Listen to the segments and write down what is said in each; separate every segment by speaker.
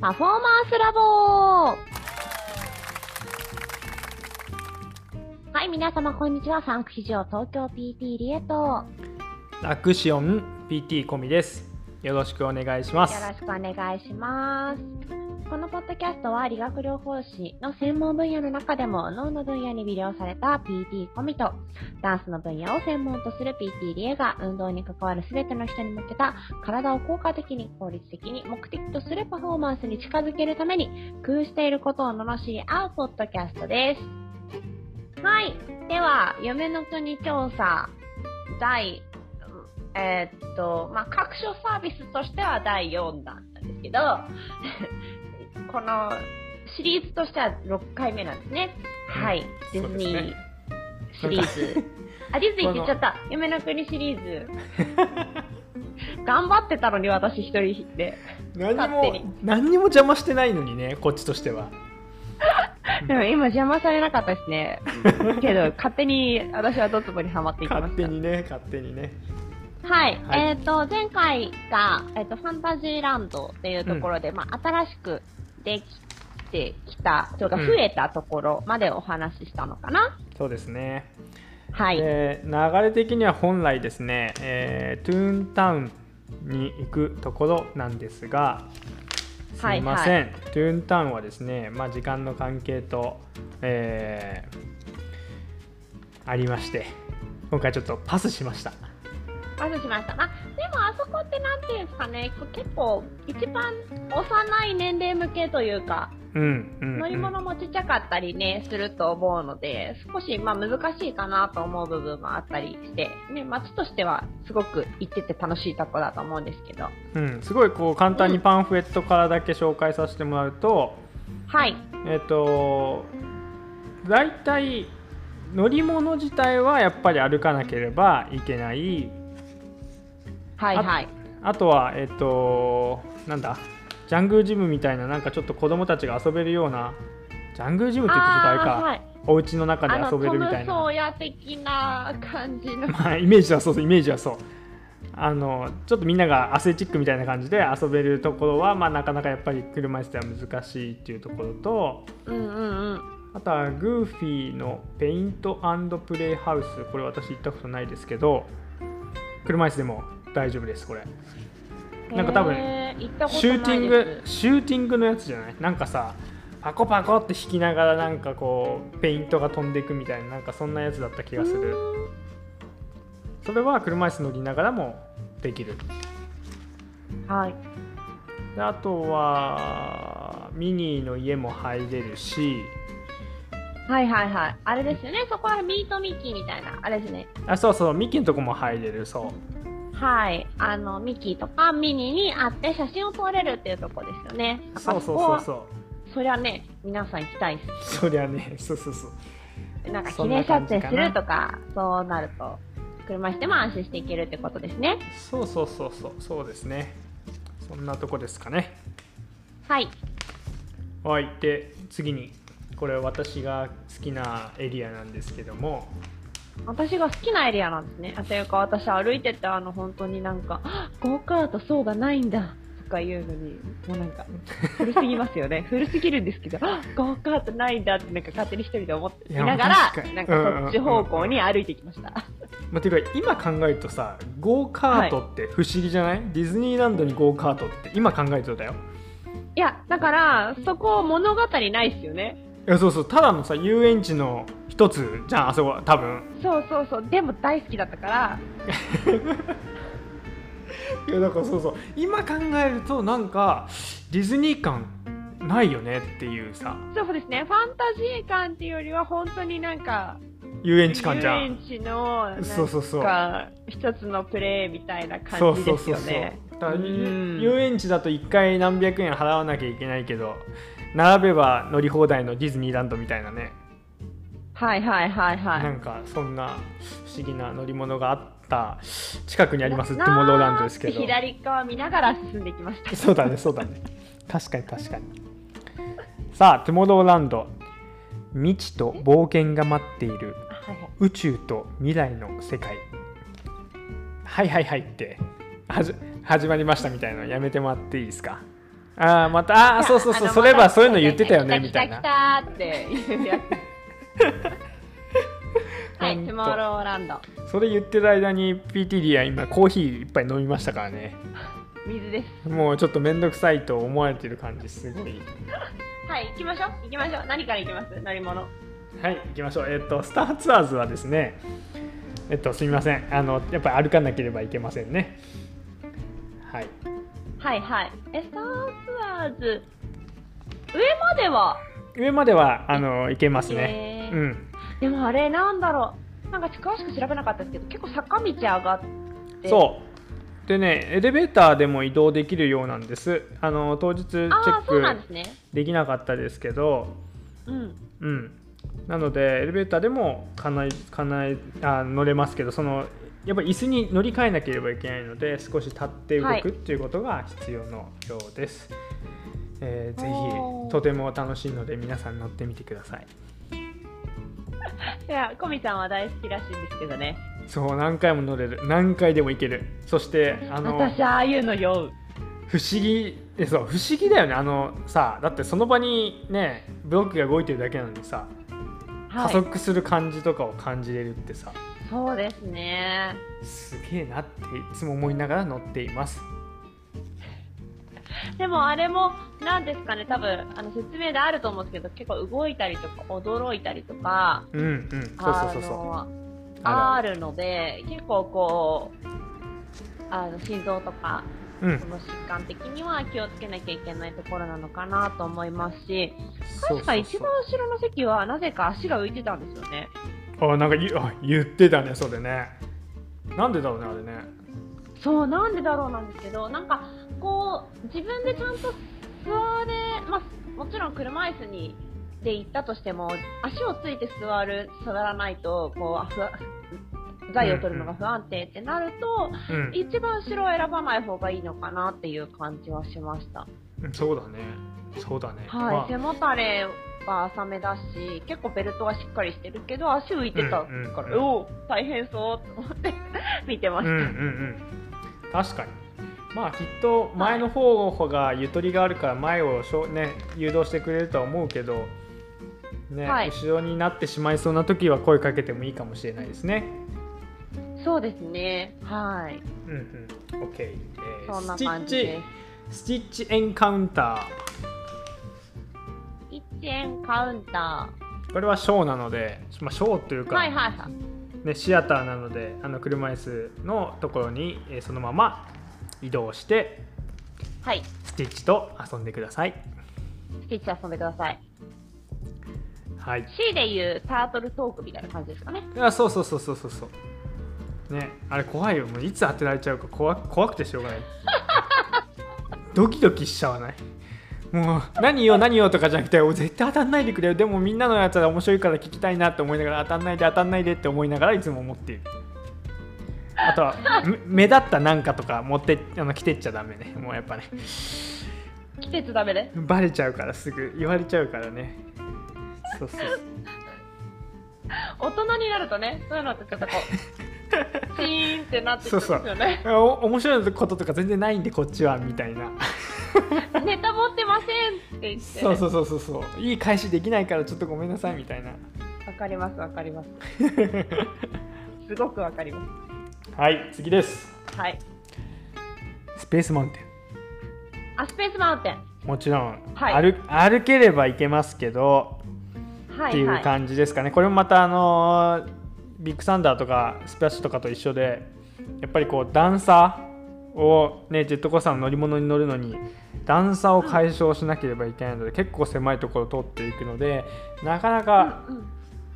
Speaker 1: パフォーマンスラボはい、皆様こんにちは。産婦市場東京 PT リエと。よ
Speaker 2: アクシオン PT 込みです。よろしくお願いしま
Speaker 1: ろ
Speaker 2: す。
Speaker 1: しくお願いします。このポッドキャストは理学療法士の専門分野の中でも脳の分野に魅了された PT 込みとダンスの分野を専門とする PT リエが運動に関わる全ての人に向けた体を効果的に効率的に目的とするパフォーマンスに近づけるために工夫していることを罵り合うポッドキャストです。はい。では、夢の国調査第、うんえーっと、まあ、各所サービスとしては第4弾なんですけど、 このシリーズとしては6回目なんですね。はい。ディズニ
Speaker 2: そうで
Speaker 1: ー
Speaker 2: すね
Speaker 1: シリーズ。あ、ディズニーって言っちゃった。夢の国シリーズ。頑張ってたのに私一人 で。
Speaker 2: 何
Speaker 1: 勝手
Speaker 2: も
Speaker 1: に
Speaker 2: 何にも邪魔してないのにね、こっちとしては。
Speaker 1: でも今邪魔されなかったですね。けど、勝手に私はドツボにはまっていきま
Speaker 2: 勝
Speaker 1: し
Speaker 2: 手
Speaker 1: た。
Speaker 2: にね、勝手にね。
Speaker 1: はい。
Speaker 2: はい
Speaker 1: えっ、と、前回が、えっ、と、ファンタジーランドっていうところで、まあ、新しくできてきた、というか、
Speaker 2: うん
Speaker 1: 増えたところまでお話ししたのかな、
Speaker 2: そうですね。
Speaker 1: はい。
Speaker 2: で流れ的には本来ですね、えートゥーンタウンに行くところなんですがす
Speaker 1: はい
Speaker 2: みません、トゥーンタウンはですね、まあ、時間の関係と、えーありまして今回ちょっとパスしました
Speaker 1: パスしました。まあ、でも、あそこってなんていうんですかね、こう結構、一番幼い年齢向けというか、
Speaker 2: うんうん、うん
Speaker 1: 乗り物もちっちゃかったりね、すると思うので、少しまあ難しいかなと思う部分もあったりして、ね、街としてはすごく行ってて楽しいとこだと思うんですけど。
Speaker 2: うん、すごいこう簡単にパンフレットからだけ紹介させてもらうと、
Speaker 1: はい。
Speaker 2: えっと大体乗り物自体はやっぱり歩かなければいけない
Speaker 1: はいはい。
Speaker 2: あとはえっとなんだジャングルジムみたいななんかちょっと子供たちが遊べるようなジャングルジムって言ってちょっとあれか、
Speaker 1: ーはい。
Speaker 2: お家の中で
Speaker 1: あの、
Speaker 2: 遊
Speaker 1: ト
Speaker 2: べるみ
Speaker 1: ム・
Speaker 2: たい
Speaker 1: ソ
Speaker 2: な
Speaker 1: ーヤ的な感じの。
Speaker 2: ま あイメージはそうそうイメージはそうあのちょっとみんながアスレチックみたいな感じで遊べるところは、まあ、なかなかやっぱり車椅子では難しいっていうところと
Speaker 1: うんうんうん。
Speaker 2: あとはグーフィーのペイントプレイハウスこれ私行ったことないですけど車椅子でも大丈夫ですこれなんか多分
Speaker 1: えー行ったことないです
Speaker 2: シューティングシューティングのやつじゃないなんかさパコパコって引きながらなんかこうペイントが飛んでいくみたいななんかそんなやつだった気がするそれは車椅子乗りながらもできる
Speaker 1: はい。
Speaker 2: であとはミニーの家も入れるし
Speaker 1: はいはいはい。あれですよね。そこはミート・ミッキーみたいな。あれですね。
Speaker 2: あそうそうミッキーのとこも入れるそう
Speaker 1: はい。あの、ミッキーとかミニーに会って写真を撮れるっていうとこですよね。
Speaker 2: そうそうそう
Speaker 1: う。
Speaker 2: そう
Speaker 1: そりゃね、皆さん行きたいっす。
Speaker 2: そりゃね そうそうそう
Speaker 1: なんか記
Speaker 2: そんな
Speaker 1: 念撮
Speaker 2: 感じ
Speaker 1: 影
Speaker 2: かな
Speaker 1: するとか、そうなると、車しても安心して行けるってことですね。
Speaker 2: そうそうそうそうそうですねそんなとこですかね
Speaker 1: はい。
Speaker 2: はいで次にこれ私が好きなエリアなんですけども
Speaker 1: 私が好きなエリアなんですね。あというか、私歩いてて、あの、本当になんか、 あゴーカートそうがないんだ。とか言うのに、もうなんか、古すぎますよ ね。古すぎるんですけど、 あゴーカートないんだってなんか勝手に一人で思ってい
Speaker 2: いや
Speaker 1: ながら
Speaker 2: 確か、に
Speaker 1: なんかそっち方向に歩いてきました。
Speaker 2: まあ、ていうか今考えるとさゴーカートって不思議じゃない、ディズニーランドにゴーカートって今考えるとだよ
Speaker 1: いや、だから、そこ物語ないっすよね。
Speaker 2: いやそうそうただのさ遊園地の一つじゃんあそこは多分
Speaker 1: そうそうそう。でも大好きだったから、
Speaker 2: いやだからそうそう今考えるとなんかディズニー感ないよねっていうさ
Speaker 1: そうですね。ファンタジー感っていうよりは、本当になんか、
Speaker 2: 遊園地感
Speaker 1: 遊
Speaker 2: じゃん
Speaker 1: 園地の、なん
Speaker 2: そうそうそう
Speaker 1: か、一つのプレイみたいな
Speaker 2: そ
Speaker 1: 感
Speaker 2: う
Speaker 1: じ
Speaker 2: そう
Speaker 1: です
Speaker 2: そう
Speaker 1: よ
Speaker 2: そう
Speaker 1: ね。
Speaker 2: だから
Speaker 1: うん
Speaker 2: 遊園地だと1回何百円払わなきゃいけないけど並べば乗り放題のディズニーランドみたいなね、
Speaker 1: はいはいはいはい。
Speaker 2: なんかそんな不思議な乗り物があった近くにありますトゥモローランドですけ
Speaker 1: な
Speaker 2: ど
Speaker 1: ーって左側見ながら進んできました。
Speaker 2: そうだねそうだね確かに確かにさあトゥモローランド未知と冒険が待っている
Speaker 1: はいはい
Speaker 2: 宇宙と未来の世界はいはいはいってはじ始まりましたみたいなのやめてもらっていいですかああまたああーそうそうそうそればそういうの言ってたよねみたい
Speaker 1: 来
Speaker 2: な
Speaker 1: た来た来たっていうやつはい
Speaker 2: ほんと
Speaker 1: トゥモローランド
Speaker 2: それ言ってる間に PTD は今コーヒー一杯飲みましたからね
Speaker 1: 水です
Speaker 2: もうちょっと面倒くさいと思われてる感じすごい
Speaker 1: はい行きましょう行きましょう何から行きます乗り物
Speaker 2: はい行きましょうえっ、とスターツアーズはですねえっとすみませんあのやっぱり歩かなければいけませんねはい
Speaker 1: はいはいえスターツアーズ上までは
Speaker 2: 上まではあの行けますね
Speaker 1: えー
Speaker 2: うん
Speaker 1: でもあれなんだろうなんか詳しく調べなかったですけど結構坂道上がって
Speaker 2: そうでねエレベーターでも移動できるようなんですあの当日チェ
Speaker 1: ああ
Speaker 2: ッ
Speaker 1: そうなんで
Speaker 2: ク
Speaker 1: すね
Speaker 2: できなかったですけど
Speaker 1: うん
Speaker 2: うんなのでエレベーターでもかなりかなりあ乗れますけどそのやっぱり椅子に乗り換えなければいけないので少し立って動
Speaker 1: はい
Speaker 2: くっていうことが必要のようです、えーぜ
Speaker 1: おー
Speaker 2: ひとても楽しいので皆さん乗ってみてください
Speaker 1: いやコミさんは大好きらしいんですけどね
Speaker 2: そう何回も乗れる何回でも行けるそしてあの
Speaker 1: 私ああいうの酔う
Speaker 2: 不思議えそう不思議だよねあのさだってその場にねブロックが動いてるだけなのにさ、加
Speaker 1: はい
Speaker 2: 速する感じとかを感じれるってさ
Speaker 1: そうですね
Speaker 2: すげえなっていつも思いながら乗っています
Speaker 1: でもあれも何ですかね多分あの説明であると思うんですけど結構動いたりとか驚いたりとか
Speaker 2: うんうんそうそうそうそう
Speaker 1: あの
Speaker 2: あ
Speaker 1: あるので結構こうあの心臓とか
Speaker 2: うん
Speaker 1: その疾患的には気をつけなきゃいけないところなのかなと思いますし確か一番後ろの席はなぜか足が浮いてたんですよね
Speaker 2: あなんかゆあ言ってたねそれねなんでだろうねあれね
Speaker 1: そうなんでだろうなんですけどなんかこう自分でちゃんと座れ、まあ、もちろん車椅子にで行ったとしても足をついて座る座らないとこうふわ材を取るのが不安定ってなると、
Speaker 2: うん
Speaker 1: 一番後ろを選ばない方がいいのかなっていう感じはしました。
Speaker 2: うんそうだねそうだね、
Speaker 1: はい、
Speaker 2: まあ
Speaker 1: 背もたれは浅めだし結構ベルトはしっかりしてるけど足浮いてたから、
Speaker 2: うんうんうん
Speaker 1: おお大変そうと思って 見てま
Speaker 2: うん
Speaker 1: し
Speaker 2: うんうん確かにまあきっと前の方がゆとりがあるから前をしょ、ね、誘導してくれるとは思うけど、ね
Speaker 1: はい
Speaker 2: 後ろになってしまいそうな時は声かけてもいいかもしれないですね。
Speaker 1: た、そうですねはい
Speaker 2: うんうん、OK、えー
Speaker 1: そんな
Speaker 2: スティ
Speaker 1: 感
Speaker 2: ッ
Speaker 1: じ
Speaker 2: チ
Speaker 1: です
Speaker 2: スティッチエンカウンタ
Speaker 1: 一円カウンタ
Speaker 2: ーこれはショーなので、まあ、ショーという
Speaker 1: ー
Speaker 2: か、
Speaker 1: はいはいはい
Speaker 2: ね、シアターなのであの車椅子のところに、えーそのまま移動して
Speaker 1: はい
Speaker 2: スティッチと遊んでください。
Speaker 1: スティッチ遊んでください
Speaker 2: はい
Speaker 1: C でいうタートルトークみたいな感じですかね
Speaker 2: あそうそうそうそうそうそうねあれ怖いよもういつ当てられちゃうか怖く怖くてしょうがないドキドキしちゃわないもう何よ何よとかじゃなくてお絶対当たんないでくれよでもみんなのやつは面白いから聞きたいなって思いながら当たんないで当たんないでって思いながらいつも思っているあとはめ目立ったなんかとか持ってあの着てっちゃダメねもうやっぱね
Speaker 1: 季節ダメで
Speaker 2: バレちゃうからすぐ言われちゃうからねそうそうそう
Speaker 1: 大人になるとねそういうのってちょっとこ うシーンってなってきてますよね
Speaker 2: あお面白いこととか全然ないんでこっちはみたいな
Speaker 1: ネタ持ってませんって言って
Speaker 2: そうそうそうそうそういい返しできないからちょっとごめんなさいみたいな
Speaker 1: わかりますわかりますすごくわかりま
Speaker 2: はい次です
Speaker 1: すはい
Speaker 2: スペースマウンテ
Speaker 1: あスペースマウンテン
Speaker 2: ンもちろん、
Speaker 1: はい
Speaker 2: 歩歩ければいけますけど、
Speaker 1: は
Speaker 2: って
Speaker 1: い
Speaker 2: い
Speaker 1: は
Speaker 2: う
Speaker 1: い
Speaker 2: 感じですかねこれもまたあのービッグサンダーとかスプラッシュとかと一緒でやっぱりこう段差をねジェットコースターの乗り物に乗るのに段差を解消しなければいけないので、結構狭いところを通っていくのでなかなか
Speaker 1: うんうん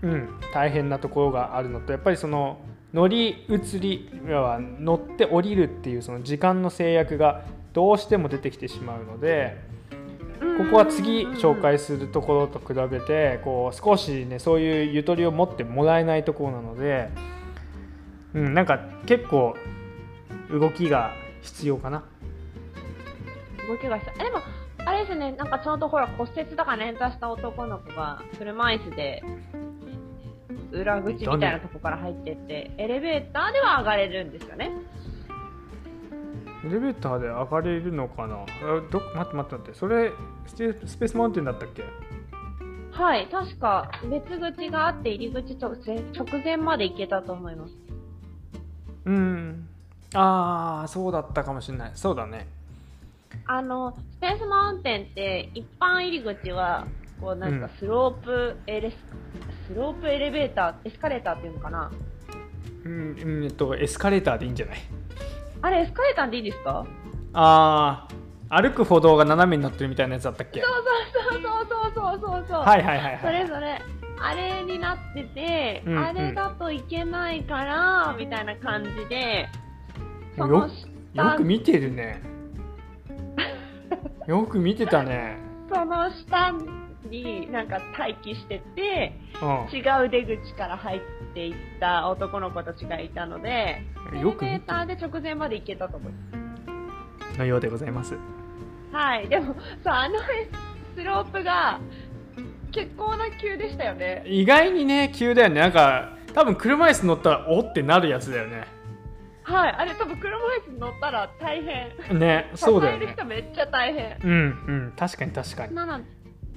Speaker 2: うん、大変なところがあるのとやっぱりその乗り移り要は乗って降りるっていうその時間の制約がどうしても出てきてしまうのでここは次紹介するところと比べてこう少しねそういうゆとりを持ってもらえないところなので、うん、なんか結構動きが必要かな。
Speaker 1: 動きがしたえでもあれですねなんかちゃんとほら骨折だから捻挫した男の子が車椅子で裏口みたいなとこから入ってってエレベーターでは上がれるんですよね
Speaker 2: エレベーターで上がれるのかなあど待って待って待ってそれステスペースマウンテンだったっけ
Speaker 1: はい、確か別口があって入り口直前直前まで行けたと思います。
Speaker 2: うんああそうだったかもしれないそうだね
Speaker 1: あの、スペースマウンテンって一般入り口は、こうなん
Speaker 2: うん
Speaker 1: かスロープエレス、スロープエレベーター、エスカレーターっていうのかな
Speaker 2: うんうんえっとエスカレーターでいいんじゃない
Speaker 1: あれエスカレーターでいいですか
Speaker 2: ああ歩く歩道が斜めになってるみたいなやつだったっけ
Speaker 1: そうそうそうそうそうそうそうそう。
Speaker 2: はいはいはい
Speaker 1: そ
Speaker 2: はい
Speaker 1: れそれ。あれになってて、
Speaker 2: うん
Speaker 1: あれだといけないから、みたいな感じで、そ
Speaker 2: よ
Speaker 1: の下
Speaker 2: よく見てる ねよく見てたね
Speaker 1: その下になんか待機してて、
Speaker 2: う
Speaker 1: 違う出口から入っていった男の子たちがいたので、
Speaker 2: ん
Speaker 1: エレ
Speaker 2: よ
Speaker 1: ベ
Speaker 2: く見
Speaker 1: ー
Speaker 2: て
Speaker 1: ターで直前まで行けたと思いま
Speaker 2: のようでございます
Speaker 1: す。はい、でも、そう、あのスロープが結構な急でしたよね。
Speaker 2: 意外にね急だよねなんか多分車椅子乗ったらおってなるやつだよね
Speaker 1: はい、あれ多分車椅子に乗ったら大変。
Speaker 2: ねそうだよ
Speaker 1: 支える
Speaker 2: ね
Speaker 1: 人めっちゃ大変。
Speaker 2: うんうん確かに確かに
Speaker 1: なの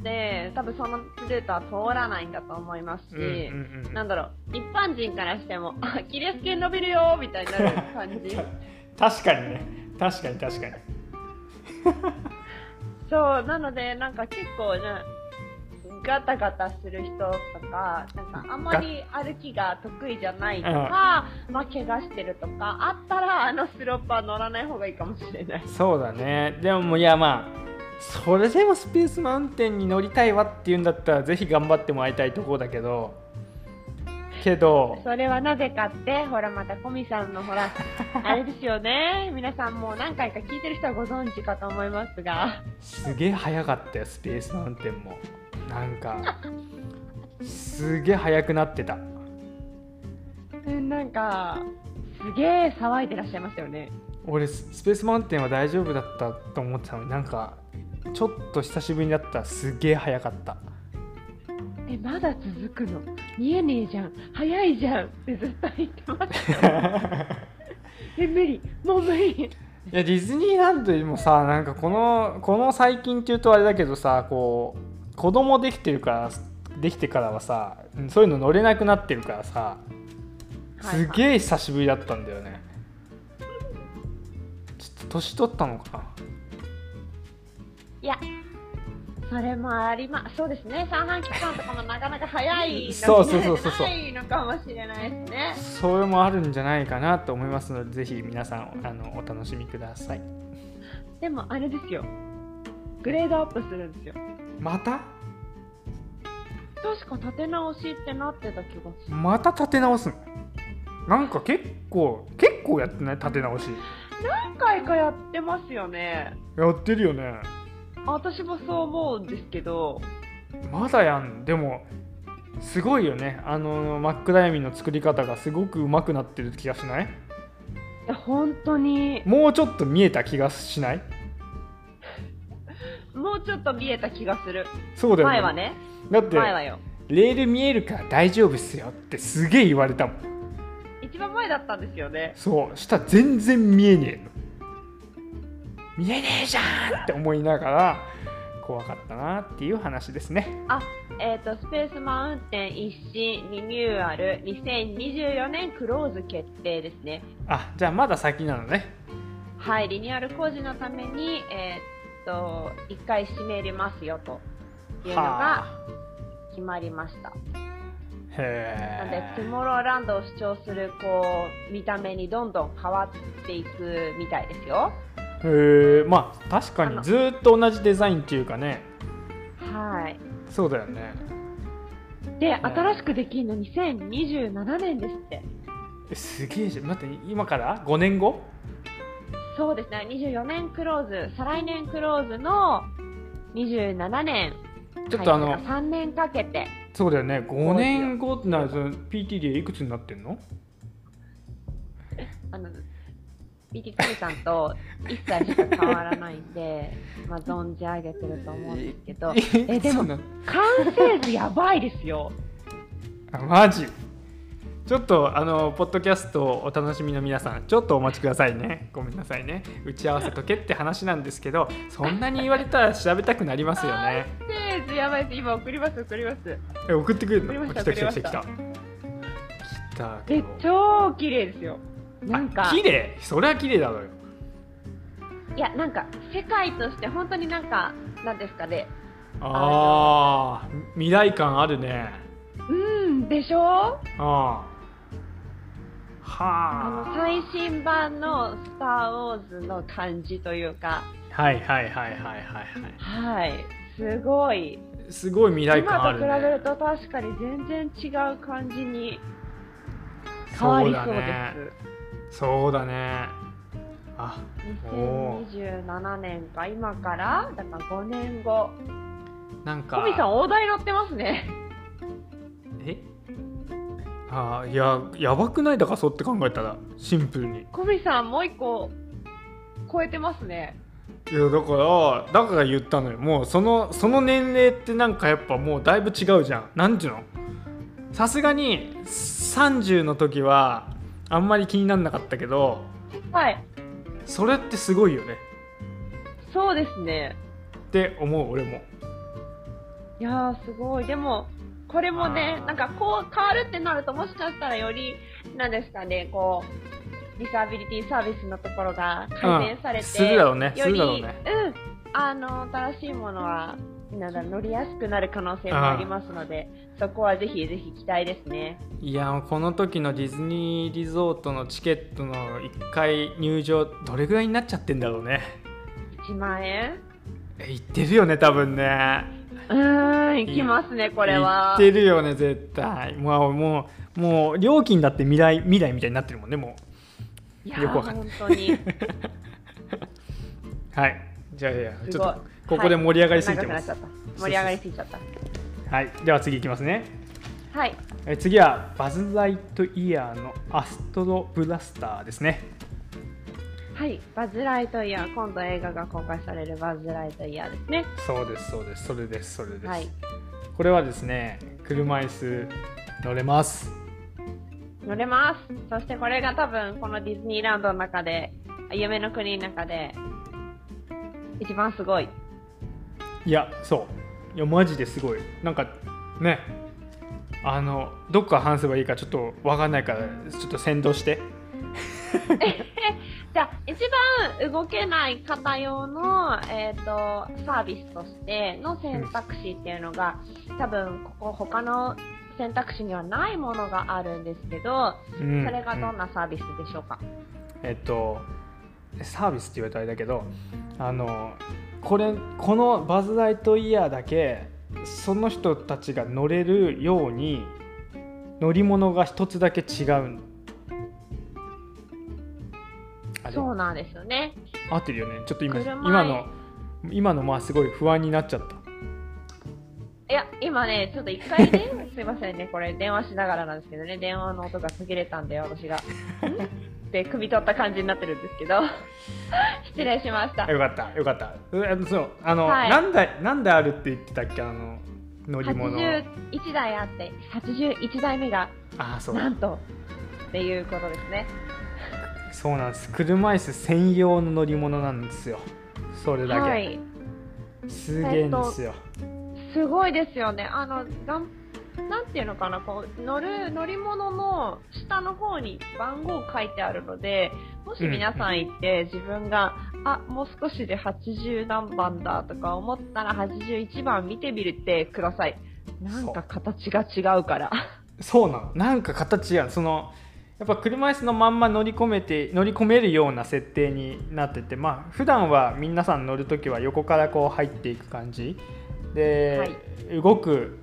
Speaker 1: で、多分そのルートは通らないんだと思いますし、
Speaker 2: うんうんうん
Speaker 1: なんだろう、一般人からしても、あ、キレス腱伸びるよみたいになる感じ。
Speaker 2: 確かにね確かに確かに
Speaker 1: そう、なので、なんか結構ね、ガタガタする人とか、なんかあんまり歩きが得意じゃないとか、まあ怪我してるとか、あったらあのスロープは乗らない方がいいかもしれない。
Speaker 2: そうだねでももういやまあそれでもスペースマウンテンに乗りたいわっていうんだったらぜひ頑張ってもらいたいところだけどけど
Speaker 1: それはなぜかって、ほらまたコミさんのほ ら、あれですよね。皆さんもう何回か聞いてる人はご存知かと思いますが、
Speaker 2: すげえ速かったよスペースマウンテンもなんかすげえ速くなってた
Speaker 1: うんなんか、すげえ騒いでらっしゃいましたよね。
Speaker 2: 俺ススペースマウンテンは大丈夫だったと思ってたのになんかちょっと久しぶりになったらすげえ速か った
Speaker 1: え、まだ続くの見えねえじゃん。早いじゃん。ってずっと言ってました。 え無理もう無理
Speaker 2: いやディズニーランドよりもさなんかこのこの最近っていうとあれだけどさこう子供できてるからできてからはさうんそういうの乗れなくなってるからさ
Speaker 1: はいは
Speaker 2: す
Speaker 1: い
Speaker 2: げえ久しぶりだったんだよね、ちょっと年取ったのか
Speaker 1: いやそれもありまそうですね三半規管とかもなかなか早いの
Speaker 2: そうそうそうそうそう
Speaker 1: ないのかもしれないですね
Speaker 2: なそれもあるんじゃないかなと思いますのでぜひ皆さんあのお楽しみください
Speaker 1: でもあれですよグレードアップするんですよ
Speaker 2: また
Speaker 1: 確か立て直しってなってた気がする
Speaker 2: また立て直すのなんか結構結構やってない立て直し
Speaker 1: 何回かやってますよね
Speaker 2: やってるよね
Speaker 1: 私もそう思うんですけど
Speaker 2: まだやんでもすごいよねあの真っ暗闇の作り方がすごくうまくなってる気がしない
Speaker 1: いや本当に
Speaker 2: もうちょっと見えた気がしない
Speaker 1: もうちょっと見えた気がする
Speaker 2: そうだよね
Speaker 1: 前はね
Speaker 2: だって
Speaker 1: 前はよ
Speaker 2: レール見えるから大丈夫っすよってすげえ言われたもん
Speaker 1: 一番前だったんですよね
Speaker 2: そう下全然見えねえの見えねえじゃんって思いながら怖かったなっていう話ですね
Speaker 1: あ、えっ、と、スペースマウンテン一新リニューアル2024年クローズ決定ですね。
Speaker 2: あじゃあまだ先なのね
Speaker 1: はい、リニューアル工事のために、えっ、と、一回閉めれますよというの
Speaker 2: は
Speaker 1: が決まりました。
Speaker 2: あ
Speaker 1: なので、
Speaker 2: へ
Speaker 1: トゥ
Speaker 2: え
Speaker 1: モローランドを主張する、こう、見た目にどんどん変わっていくみたいですよ。
Speaker 2: へえまあ確か
Speaker 1: あ
Speaker 2: に
Speaker 1: の
Speaker 2: ずーっと同じデザインっていうかね
Speaker 1: はい。
Speaker 2: そうだよね
Speaker 1: で、新しくできるの2027年ですって。
Speaker 2: えすげえじゃん待って今から5年後
Speaker 1: そうですね、24年クローズ、再来年クローズの27年、
Speaker 2: ちょっとあの、
Speaker 1: はい3年かけて、
Speaker 2: そうだよね
Speaker 1: よ
Speaker 2: 5年後ってなると PTD いくつになってんの
Speaker 1: あの、ビティクリさんと一切しか変わらないん で、まあ、存じ上げてると思うんですけど、えでも
Speaker 2: そうなの
Speaker 1: 完成図やばいですよ。
Speaker 2: あマジちょっとあのポッドキャストをお楽しみの皆さんちょっとお待ちくださいねごめんなさいね打ち合わせとけって話なんですけどそんなに言われたら調べたくなりますよね
Speaker 3: メッセージやばいです今送ります送ります
Speaker 2: え送ってくれるの
Speaker 3: 送りました
Speaker 2: 来た来た来た来
Speaker 3: 送りました
Speaker 2: た来たけ
Speaker 3: え
Speaker 2: ど
Speaker 3: 超綺麗ですよなん
Speaker 2: あ
Speaker 3: か
Speaker 2: 綺麗それは綺麗だろうよ
Speaker 1: いや、なんか、世界として本当になんか、なんですかね。
Speaker 2: ああ未来感あるね
Speaker 1: うん、でしょ
Speaker 2: ああ
Speaker 1: あ
Speaker 2: は
Speaker 1: の、
Speaker 2: あ
Speaker 1: 最新版のスターウォーズの感じというか、
Speaker 2: はいはいはいはいはいはい
Speaker 1: はい。すごい。
Speaker 2: すごい未来感あ
Speaker 1: 今
Speaker 2: る
Speaker 1: と
Speaker 2: ね
Speaker 1: 比べると確かに全然違う感じに変わりそうで
Speaker 2: そうだねあ
Speaker 1: す。
Speaker 2: お
Speaker 1: 2027年か、今から、だから5年後。
Speaker 2: なんか
Speaker 1: コミさん、大台乗ってますね。
Speaker 2: えあーいややばくないだからそうって考えたらシンプルに
Speaker 1: コミさん、もう一個、超えてますね。
Speaker 2: いやだからだから言ったのよもうそのその年齢ってなんかやっぱもうだいぶ違うじゃんなんちゅうのさすがに30の時はあんまり気になんなかったけど
Speaker 1: はい。
Speaker 2: それってすごいよね
Speaker 1: そうですね。
Speaker 2: って思う俺も
Speaker 1: いやーすごい。でも、これもね
Speaker 2: あ、ー
Speaker 1: なんかこう変わるってなると、もしかしたらより、なんですかね、こう、ディサビリティサービスのところが改善され
Speaker 2: う
Speaker 1: て、
Speaker 2: んするだろうね
Speaker 1: よ
Speaker 2: する
Speaker 1: り、
Speaker 2: だ
Speaker 1: う
Speaker 2: ろうんね、
Speaker 1: あの、新しいものは、なんだ、乗りやすくなる可能性もありますので、そこはぜひぜひ期待ですね。
Speaker 2: いやこの時のディズニーリゾートのチケットの1回入場どれぐらいになっちゃってんだろうね
Speaker 1: 1万円
Speaker 2: え行ってるよね多分ね
Speaker 1: うーん、いきますね、これ
Speaker 2: 行
Speaker 1: は。
Speaker 2: ってるよね絶対もうもうもう料金だって未来未来みたいになってるもんねも
Speaker 1: いやー
Speaker 2: よくわかんない
Speaker 1: 本当に。
Speaker 2: うはいじゃあいや
Speaker 1: すごい
Speaker 2: ちょっとここで盛り上がりすぎてます、
Speaker 1: 長
Speaker 2: は
Speaker 1: くなっちゃった。盛り上がりすぎちゃった。
Speaker 2: いでは次いきますね
Speaker 1: はい。
Speaker 2: え次はバズ・ライトイヤーのアストロブラスターですね
Speaker 1: はい、バズ・ライトイヤー、今度映画が公開されるバズ・ライトイヤーですね。
Speaker 2: そうですそうですそれですそれです、
Speaker 1: はい、
Speaker 2: これはですね車椅子乗れます
Speaker 1: 乗れます。そしてこれが多分、このディズニーランドの中で、夢の国の中で、一番すごい。
Speaker 2: いやそういやマジですごいなんかねあのどっから話せばいいかちょっとわかんないからちょっと先導して
Speaker 1: じゃあ、一番動けない方用の、えっ、と、サービスとしての選択肢っていうのが、多分、ここ他の選択肢にはないものがあるんですけど、
Speaker 2: そ
Speaker 1: それがどんなサービスでしょうか。
Speaker 2: えっとサービスって言われたらあれだけどあのこれこのバズ・ライトイヤーだけその人たちが乗れるように乗り物が一つだけ違うんあれ
Speaker 1: そうなんですよね。
Speaker 2: 合ってるよねちょっと今
Speaker 1: 車
Speaker 2: 今の今のまあすごい不安になっちゃった
Speaker 1: いや、今ね、ちょっと一回 ね、すいませんね、これ電話しながらなんですけどね、電話の音が途切れたんで、私 が。んって、汲み取った感じになってるんですけど。失礼しました
Speaker 2: あ。よかったよかったうあのそうあの、
Speaker 1: はい
Speaker 2: 何台何台あるって言ってたっけあの乗り物
Speaker 1: 81台あって、81台目が、
Speaker 2: あそう
Speaker 1: なんと、っていうことですね。
Speaker 2: そうなんです車椅子専用の乗り物なんですよそれだけ、
Speaker 1: はい。
Speaker 2: すげえんですよ、
Speaker 1: すごいですよね。あの、なん、なんていうのかな、こう、乗る、乗り物の下の方に番号書いてあるので、もし皆さん行って自分が、あ、もう少しで80何番だとか思ったら81番見てみてください。なんか形が違うから。
Speaker 2: そうなのなんか形やんそのやっぱ車椅子のまんま乗り込めて乗り込めるような設定になっててまあ普段は皆さん乗る時は横からこう入っていく感じで、動く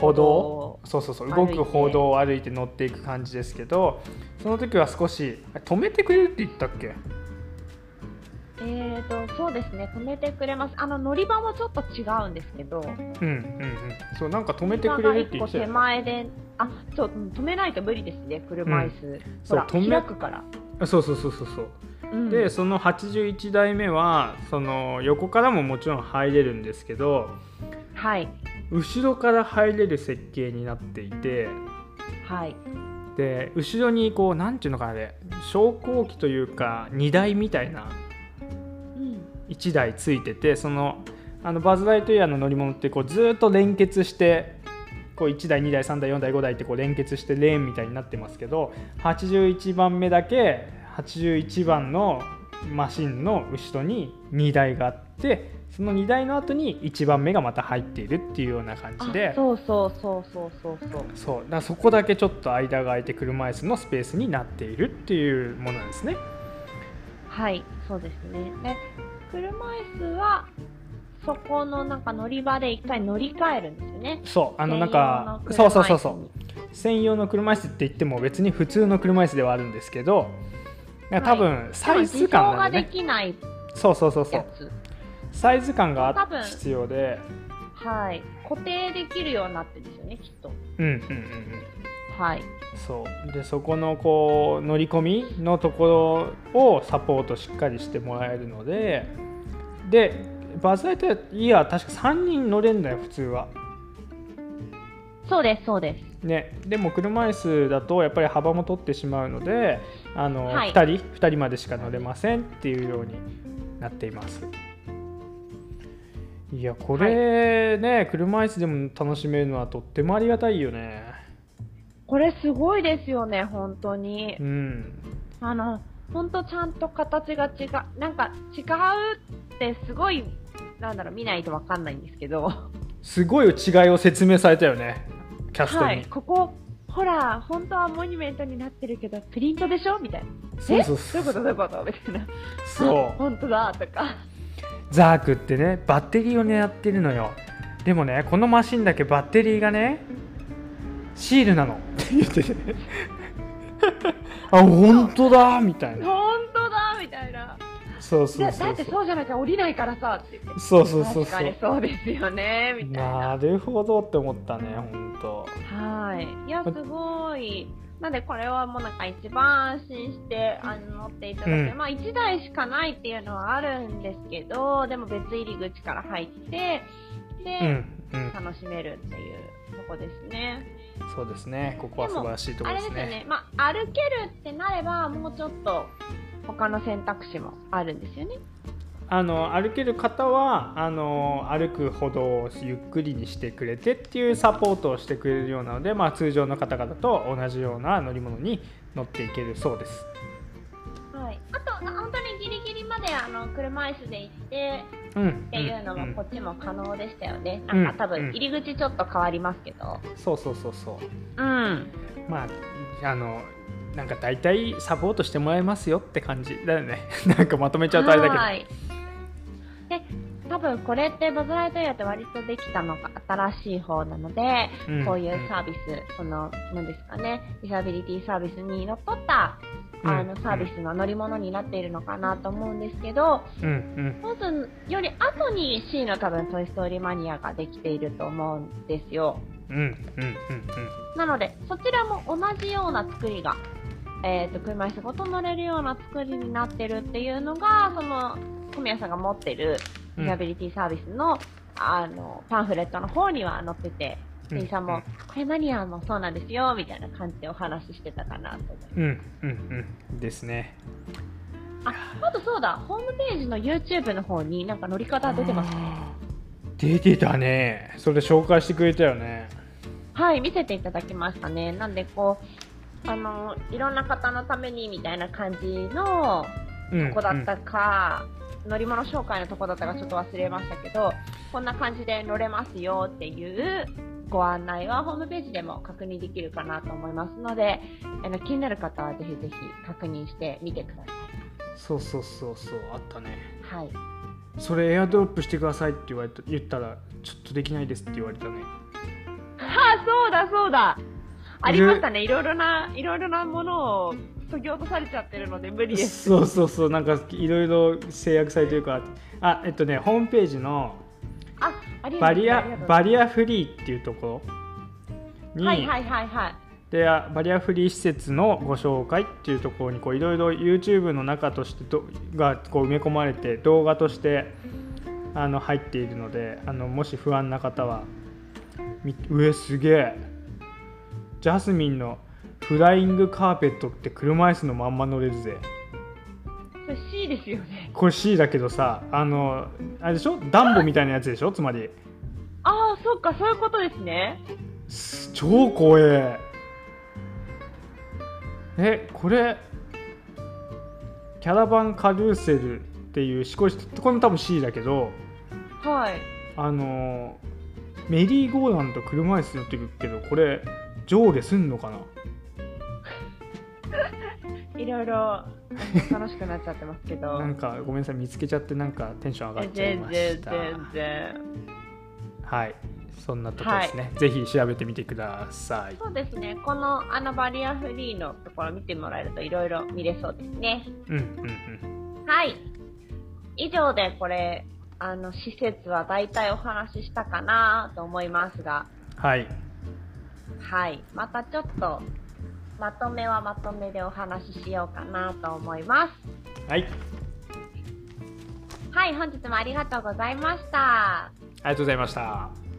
Speaker 2: 歩道そうそうそう動
Speaker 1: 歩い
Speaker 2: く
Speaker 1: て
Speaker 2: 歩道を歩いて乗っていく感じですけどその時は少しあ止めてくれるって言ったっけ
Speaker 1: えーと、そうですね、止めてくれます。あの、乗り場もちょっと違うんですけど、
Speaker 2: うんうんうんそうなんか止めてくれるって言って
Speaker 1: 手
Speaker 2: たよね
Speaker 1: 前で、あ、そう、うん止めないと無理ですね、車椅子。
Speaker 2: そ
Speaker 1: ほら、
Speaker 2: う止め
Speaker 1: 開くから。
Speaker 2: そうそうそうそうそう
Speaker 1: うん
Speaker 2: でその81代目はその横からももちろん入れるんですけど
Speaker 1: はい。
Speaker 2: 後ろから入れる設計になっていて
Speaker 1: はい。
Speaker 2: で後ろにこうなんていうのかなあれ昇降機というか荷台みたいな
Speaker 1: うん。
Speaker 2: 1台ついててそのあのバズ・ライトイヤーの乗り物ってこうずーっと連結してこう1台2台3台4台5台ってこう連結してレーンみたいになってますけど81番目だけ81番のマシンの後ろに2台があってその2台の後に1番目がまた入っているっていうような感じで
Speaker 1: あ。そうそうそうそうそうそう。
Speaker 2: そうだからそこだけちょっと間が空いて車椅子のスペースになっているっていうものなんですね。
Speaker 1: はい、そうですね。で、車椅子は、そこのなんか乗り場で一回乗り換えるんですよね。
Speaker 2: そうあの
Speaker 1: 専
Speaker 2: なん
Speaker 1: 用
Speaker 2: か
Speaker 1: の
Speaker 2: そう
Speaker 1: 車
Speaker 2: そう
Speaker 1: 椅
Speaker 2: そうそ
Speaker 1: 子
Speaker 2: う
Speaker 1: に
Speaker 2: 専用の車椅子って言っても別に普通の車椅子ではあるんですけどなんか多分サイズ感な
Speaker 1: 多分自走が
Speaker 2: んで
Speaker 1: で
Speaker 2: ね、
Speaker 1: きない
Speaker 2: そうそうそうそ
Speaker 1: や
Speaker 2: う
Speaker 1: つ。
Speaker 2: サイズ感が
Speaker 1: 多分
Speaker 2: 必要で
Speaker 1: はい。固定できるようになってるんですよね、きっと。
Speaker 2: うんうんうんうん
Speaker 1: はい。
Speaker 2: そうでそこのこう乗り込みのところをサポートしっかりしてもらえるのででバズライトイヤー確か3人乗れんだよ普通は。
Speaker 1: そうです、そうです。
Speaker 2: ね、でも車椅子だとやっぱり幅も取ってしまうのであの、
Speaker 1: はい
Speaker 2: 2人2人までしか乗れませんっていうようになっていますいやこれね、車椅子でも楽しめるのはとってもありがたいよね
Speaker 1: これすごいですよね、本当に
Speaker 2: う。ん
Speaker 1: あの、本当ちゃんと形が違う、なんか違うってすごい、なんだろう、見ないとわかんないんですけど。
Speaker 2: すごい違いを説明されたよねキャストに、
Speaker 1: はい、ここほら本当はモニュメントになってるけどプリントでしょみたいな
Speaker 2: そうそう
Speaker 3: ど
Speaker 2: そう
Speaker 3: いううことどういうことみたいな。
Speaker 2: そう
Speaker 1: 本当だとか
Speaker 2: ザークってねバッテリーを狙ってるのよでもねこのマシンだけバッテリーがねシールな のって言っててあ本当だみたいな
Speaker 3: 本当だみたいな。
Speaker 2: そう
Speaker 1: だ
Speaker 2: そう
Speaker 1: だ
Speaker 2: そ
Speaker 1: っ
Speaker 2: う
Speaker 1: て
Speaker 2: そう
Speaker 1: そうじゃなきゃ降りないからさって言って
Speaker 2: そうそうそう
Speaker 3: 確かにそうですよねみたいな。
Speaker 2: なるほどって思ったね本当
Speaker 1: はいいやすごいなんでこれはもうなんか一番安心してあの乗っていただける、
Speaker 2: うん
Speaker 1: まあ1台しかないっていうのはあるんですけどでも別入り口から入ってで、
Speaker 2: うんうん
Speaker 1: 楽しめるっていうとこですね
Speaker 2: そうですねここは
Speaker 1: でも
Speaker 2: 素晴らしいとこ
Speaker 1: あ
Speaker 2: ろ
Speaker 1: れです
Speaker 2: で
Speaker 1: すよ
Speaker 2: ね
Speaker 1: ね、まあ、歩けるってなれば、もうちょっと他の選択肢もあるんですよね。
Speaker 2: あの歩ける方はあの歩く歩道をゆっくりにしてくれてっていうサポートをしてくれるようなので、まあ、通常の方々と同じような乗り物に乗っていけるそうです
Speaker 1: はい、あと、あ本当にギリギリまであの車椅子で行って
Speaker 2: うん
Speaker 1: っていうの
Speaker 2: ん
Speaker 1: も
Speaker 2: ん
Speaker 1: こっちも可能でしたよね。
Speaker 2: うん
Speaker 1: なんか多分入り口ちょっと変わりますけど。
Speaker 2: そうそうそうそう
Speaker 1: うん。
Speaker 2: まああのなんか大体サポートしてもらえますよって感じだよね なんかまとめちゃうとあれだけど
Speaker 1: はい。で、多分これってバズライトイヤーって割とできたのが新しい方なので、
Speaker 2: ん
Speaker 1: こういうサービス、その、なんですかね、ディサビリティサービスにのっとった、
Speaker 2: うん
Speaker 1: あの、サービスの乗り物になっているのかなと思うんですけど、
Speaker 2: うんうん
Speaker 1: まずより後に C の多分トイストーリーマニアができていると思うんですよ。
Speaker 2: うんうんうん
Speaker 1: なので、そちらも同じような作りが、えっ、と、車椅子ごと乗れるような作りになってるっていうのが、その、小宮さんが持ってる
Speaker 2: うん
Speaker 1: リハビリティサービスの、あの、パンフレットの方には載ってて、
Speaker 2: うん
Speaker 1: 店員さんも、これマニアもそうなんですよ、みたいな感じでお話ししてたかなと思います。
Speaker 2: うんうんうんですね
Speaker 1: あとそうだ、ホームページの YouTube の方になんか乗り方出てます。
Speaker 2: あー出てたねそれ紹介してくれたよね
Speaker 1: はい、見せていただきましたね。なんでこう、あの、いろんな方のためにみたいな感じの
Speaker 2: うん
Speaker 1: ここだったか、乗り物紹介のとこだったかちょっと忘れましたけど、こんな感じで乗れますよっていうご案内はホームページでも確認できるかなと思いますので、あの気になる方はぜひぜひ確認してみてくだ
Speaker 2: うんそうそうそうそうあったね
Speaker 1: さい。はい。
Speaker 2: それエアドロップしてくださいって言われた言ったらちょっとできないですって言われたね
Speaker 1: あ、そうだそうだありましたね。いろいろな、いろいろなものを削ぎ落とされちゃってるので無理です。
Speaker 2: そうそうそうなんかいろいろ制約されてるからあえっとねホームページの
Speaker 1: あ、ありがと
Speaker 2: バ
Speaker 1: うご
Speaker 2: リ
Speaker 1: ざい
Speaker 2: ア
Speaker 1: ます。
Speaker 2: バリアフリーっていうところに、
Speaker 1: はいはいはいはい。
Speaker 2: であバリアフリー施設のご紹介っていうところにこういろいろ YouTube の中としてどがこう埋め込まれて動画としてあの入っているのであのもし不安な方はみうえすげえジャスミンのフライングカーペットって車椅子のまんま乗れるぜ
Speaker 3: それ C ですよね。
Speaker 2: これ C だけどさあのあれでしょダンボみたいなやつでしょつまり
Speaker 3: ああ、そっか、そういうことですね。
Speaker 2: す超怖ええこれキャラバンカルーセルっていう思考しこれも多分 C だけど
Speaker 3: はい。
Speaker 2: あのメリーゴーランド車椅子乗ってくるけどこれ上下すんのかない
Speaker 3: ろいろ楽しくなっちゃってますけど。
Speaker 2: なんかごめんなさい見つけちゃってなんかテンション上がっちゃい
Speaker 3: 全
Speaker 2: まし
Speaker 3: 然、
Speaker 2: た
Speaker 3: 全然。
Speaker 2: はいそんなとこですね、ぜひ調べてみてください
Speaker 1: そうですね。このあのバリアフリーのところ見てもらえるといろいろ見れそうですね。
Speaker 2: うんうん
Speaker 1: はい。以上でこれ、あの、施設は大体お話ししたかなと思いますが、
Speaker 2: うんはい
Speaker 1: はい。またちょっと、まとめはまとめでお話ししようかなと思います。
Speaker 2: はい
Speaker 1: はい、本日もありがとうございました。
Speaker 2: ありがとうございました